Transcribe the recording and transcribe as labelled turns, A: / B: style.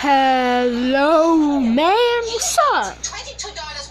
A: Hello, man. What's up?
B: $22